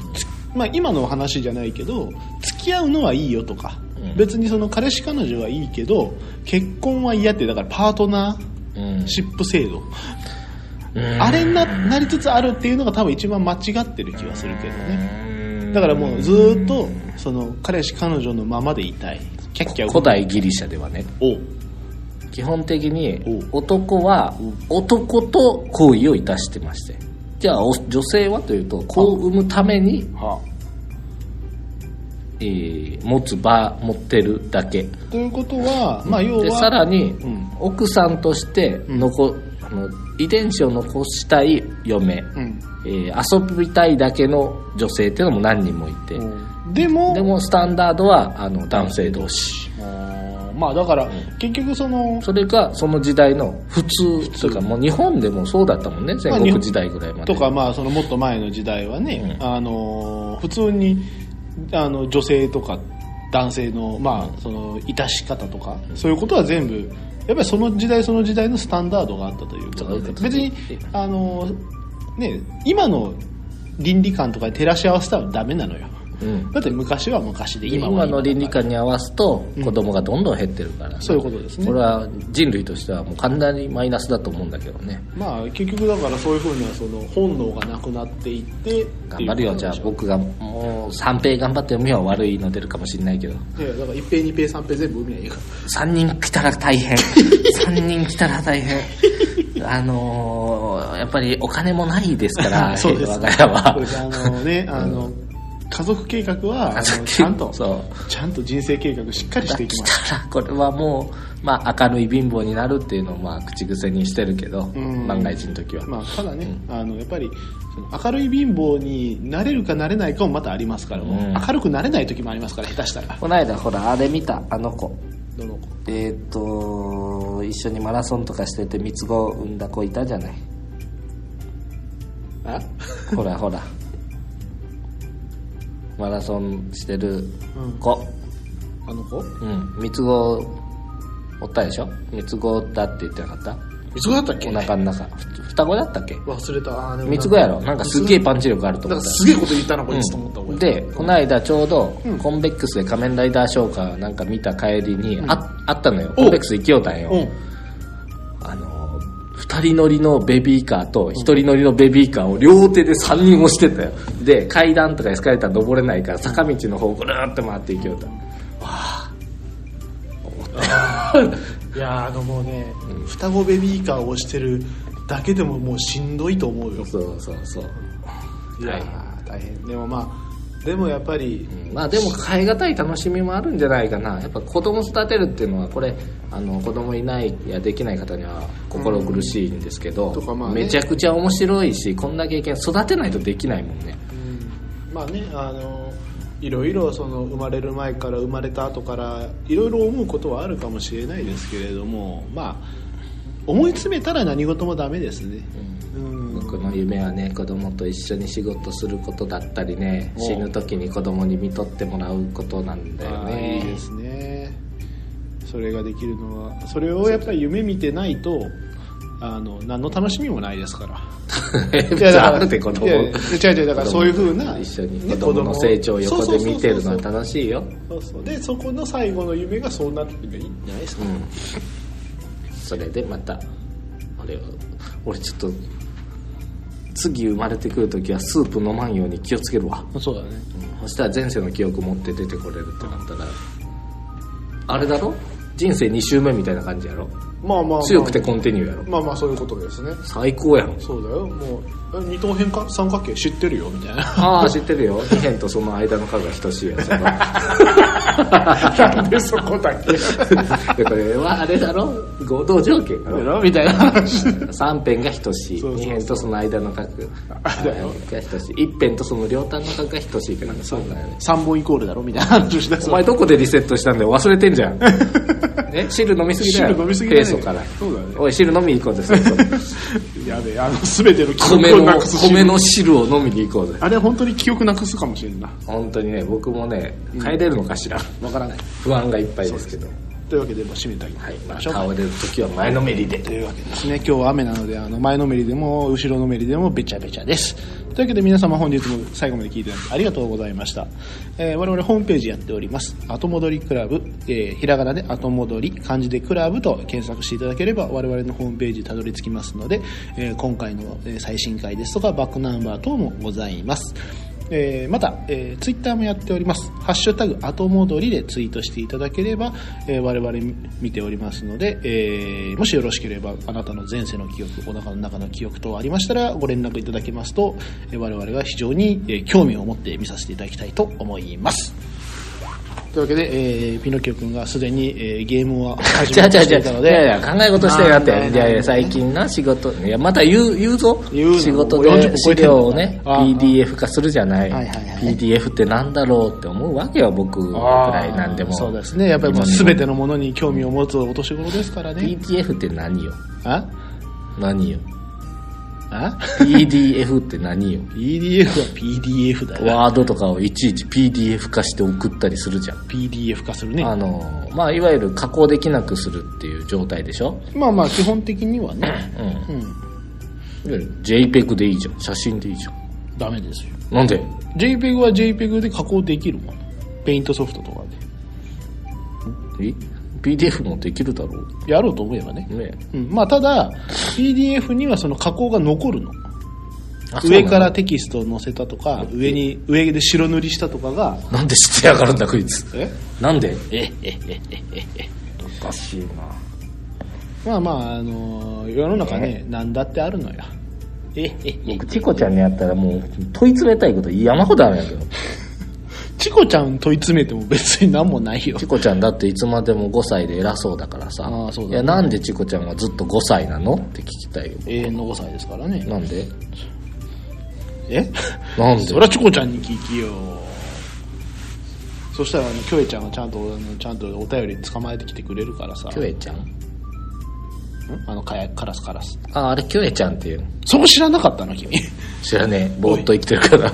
B: まあ今の話じゃないけど、付き合うのはいいよとか、
A: うん
B: 別にその彼氏彼女はいいけど、結婚は嫌って、だからパートナー、
A: うん
B: シップ制度、
A: うん
B: あれにななりつつあるっていうのが多分一番間違ってる気はするけどねだからもうずーっとその彼氏彼女のままでいたいキャッキャ
A: 古代ギリシャではね
B: おう
A: 基本的に
B: お
A: 男は男と行為をいたしてましてじゃあお女性はというと子を産むために、
B: は
A: えー持つ場持ってるだけ
B: ということはまあ要
A: で
B: は
A: さらに、
B: ん
A: 奥さんとして残、あの遺伝子を残したい嫁、
B: うん
A: えー遊びたいだけの女性っていうのも何人もいて、
B: でも
A: でもスタンダードはあの男性同士
B: あーまあだから、結局その
A: それがその時代の普通というかもう日本でもそうだったもんね戦
B: 日
A: 国
B: 本
A: 時代ぐらいまで
B: とかまあそのもっと前の時代はね、あのー普通にあの女性とか男性のまあその致し方とかそういうことは全部やっぱりその時代その時代のスタンダードがあったというこ
A: そうい
B: と
A: う
B: で
A: こと
B: 別にあのーね今の倫理観とかに照らし合わせたらダメなのよ
A: うん
B: だって昔は昔で今
A: 今
B: は今
A: の倫理観に合わすと子供がどんどん減ってるから、
B: そういうことですね
A: これは人類としてはもう完全にマイナスだと思うんだけどね
B: まあ結局だからそういうふうにはその本能がなくなっていって
A: 頑張るよじゃあ僕がもう三平頑張って海は悪いの出るかもしれないけど
B: いやだから一平二平三平全部海はいいか
A: 3
B: ら
A: 人来たら大 変3人来たら大変あのーやっぱりお金もないですから
B: そうです
A: 我が家
B: これであ
A: は
B: のね、あの、家族計画は、あ
A: 家族計画
B: のちゃんと
A: そう、
B: ちゃんと人生計画しっかりしていき
A: 来
B: ます。
A: たらこれはもう、まあ、明るい貧乏になるっていうのをまあ口癖にしてるけど
B: ん
A: 万が一の時は、
B: まあ、ただね、あの、やっぱり、その明るい貧乏になれるかなれないかもまたありますから、
A: ん
B: 明るくなれない時もありますから、下手したら。
A: この間ほらあれ見たあの子
B: どの子
A: えーっ、と一緒にマラソンとかしてて三つ子産んだ子いたじゃない
B: あ
A: ほら ほらマラソンしてる子
B: あの子
A: うん三つ子おったでしょ三つ子だって言ってなかった
B: 三つ子だったっけ
A: お腹の中ふ双子だったっけ
B: 忘れた。あーでも
A: 三つ子やろなんかすっげえパンチ力あると
B: な
A: 思っ
B: んか
A: た
B: すげえこと言ったな、こいつと思った、俺。
A: でこの間ちょうどコンベックスで仮面ライダーショーかなんか見た帰りにあ,、あったのよコンベックス行きようたんよ、
B: うん。
A: あの2人乗りのベビーカーと1人乗りのベビーカーを両手で3人押してたよで階段とかエスカレーター登れないから坂道の方をぐるーっと回っていきようと
B: いやーあのもうね、双子ベビーカーを押してるだけでももうしんどいと思うよ。
A: そうそうそう
B: いやー大変でもまあでもやっぱり
A: まあでも変え難い楽しみもあるんじゃないかなやっぱ子供育てるっていうのはこれあの子供いないいやできない方には心苦しいんですけど、
B: とかまあね
A: めちゃくちゃ面白いしこんな経験育てないとできないもんね
B: まあねあのいろいろその生まれる前から生まれた後からいろいろ思うことはあるかもしれないですけれどもまあ思い詰めたら何事もダメですねうん、
A: 僕の夢はね子供と一緒に仕事することだったりね
B: おう
A: 死ぬ時に子供に見とってもらうことなんだよ
B: あーいい
A: ね
B: ですねそれができるのはそれをやっぱり夢見てないとあの何の楽しみもないで すから
A: 別にあるで子供
B: いやいや違う違うだからそういうふうな
A: 一緒に
B: ね
A: 子供の成長を横で見てるのは
B: そうそうそうそう
A: 楽しいよ
B: そうそうでそこの最後の夢がそうなってくるいいんじゃないですか、
A: うんそれでまた俺俺ちょっと次生まれてくる時はスープ飲まんように気をつけるわ、
B: そうだね
A: そしたら前世の記憶持って出てこれるってなったらあれだろ人生2周目みたいな感じやろ
B: まあまあ、まあ、
A: 強くてコンティニューやろ
B: まあまあそういうことですね
A: 最高やん
B: そうだよもうえ二等辺か三角形知ってるよみたいな
A: ああ知って るよ2辺とその間の数が等しいやつだ
B: なんでそこだけ
A: ろ でこれはあれだろ合同条件だろみたいな3辺が等しい
B: そうそうそ
A: 2
B: う
A: 辺とその間の角
B: あれだよ
A: が等しい1辺とその両端の角が等しいってなんかそうだよね
B: 三本イコールだろみたいな話をしだす
A: お前どこでリセットしたんだよ忘れてんじ ゃんね汁飲みすぎだよ
B: 汁飲みすぎだよ
A: ペーソから
B: そうだね
A: おい汁飲み行こうぜそ ろそろ
B: やべえあの全ての記
A: 米
B: 憶を
A: の
B: なくす
A: 米の汁を飲みに行こうぜ
B: あれ本当に記憶なくすかもしれんな
A: 本当にね僕もね帰れるのかしら
B: わからない
A: 不安がいっぱいですけど
B: というわけでもう締めてあげ
A: はい、ま
B: ま
A: あ、
B: しょう
A: 倒れる時は前のめりで
B: というわけですね今日は雨なのであの前のめりでも後ろのめりでもべちゃべちゃですというわけで皆様本日も最後まで聞いていただきありがとうございました、えー我々ホームページやっております後戻りクラブ、えーひらがなで後戻り漢字でクラブと検索していただければ我々のホームページにたどり着きますので、えー今回のえー最新回ですとかバックナンバー等もございますえーまた、えー、ツイッターもやっております。ハッシュタグ、後戻りでツイートしていただければ、えー我々見ておりますので、えーもしよろしければ、あなたの前世の記憶、お腹の中の記憶等ありましたら、ご連絡いただけますと、えー我々が非常に、えー興味を持って見させていただきたいと思います。というわけで、えーピノキオ君がすでに、えーゲームは始
A: じゃ
B: め
A: あじゃあ
B: て
A: じゃ
B: いたので
A: いやいや考え事してよやって
B: あーなるほ
A: い
B: ど
A: やいや最近な仕事いやまた言う言うぞ
B: 言うの
A: 仕事
B: もう40
A: で
B: 分超
A: 資
B: えてるんだ
A: 料をね
B: あー
A: PDF 化するじゃない,、
B: はいはいはい
A: PDF ってなんだろうって思うわけよ僕ぐ
B: あー
A: らいなんでも
B: そうですねやっぱりもう
A: 今
B: 全てのものに興味を持つお年頃ですからね
A: PDF って何よ
B: あ
A: 何よ
B: あ
A: PDF って何よ
B: ?PDF は PDF だよ
A: ワードとかをいちいち PDF 化して送ったりするじゃん
B: PDF 化するね
A: あのまあいわゆる加工できなくするっていう状態でしょ
B: まあまあ基本的にはね、
A: うんいわ
B: うん、
A: ゆる JPEG でいいじゃん写真でいいじゃん
B: ダメですよ
A: なんで
B: JPEG は JPEG で加工できるもんペイントソフトとか
A: え PDF もできるだろう
B: でやろうと思えばね、
A: ね
B: うん、まあただ PDF にはその加工が残るの
A: あそうな
B: 上
A: の
B: からテキストを載せたとか上に上で白塗りしたとかが
A: なんで知ってやがるんだこいつ
B: え
A: なんで
B: えええええええ
A: おかしいな
B: まあまあ、あのー世の中ね、なんだってあるのよ。え、え、え、
A: 僕チコちゃんにやったらもう問い詰めたいこと山ほどあるんやけど
B: チコちゃん問い詰めても別になんもないよ
A: チ。コちゃんだっていつまでも5歳で偉そうだからさ
B: ああそうだね
A: いやなんでチコちゃんはずっと5歳なのって聞きたいよ
B: 永遠の5歳ですからね。
A: なんで
B: え
A: なんで
B: そりゃチコちゃんに聞きよ。そしたら、あの、キョエちゃんがちゃんと、あのちゃんとお便り捕まえてきてくれるからさ。
A: キョエちゃん
B: んあの、カヤカラスカラス。
A: ああれキョエちゃんっていうの
B: そこ知らなかった の君。
A: 知らねえぼーっと生きてるから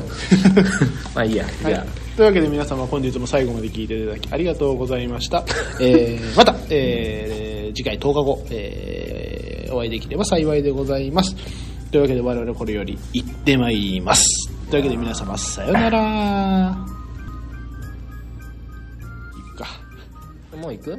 A: まあいいやじゃあ、
B: というわけで皆様本日も最後まで聞いていただきありがとうござい ました。えー、また、えー、次回10日後、えー、お会いできれば幸いでございます。というわけで我々これより行ってまいります。というわけで皆様さようなら。行くか。
A: もう行く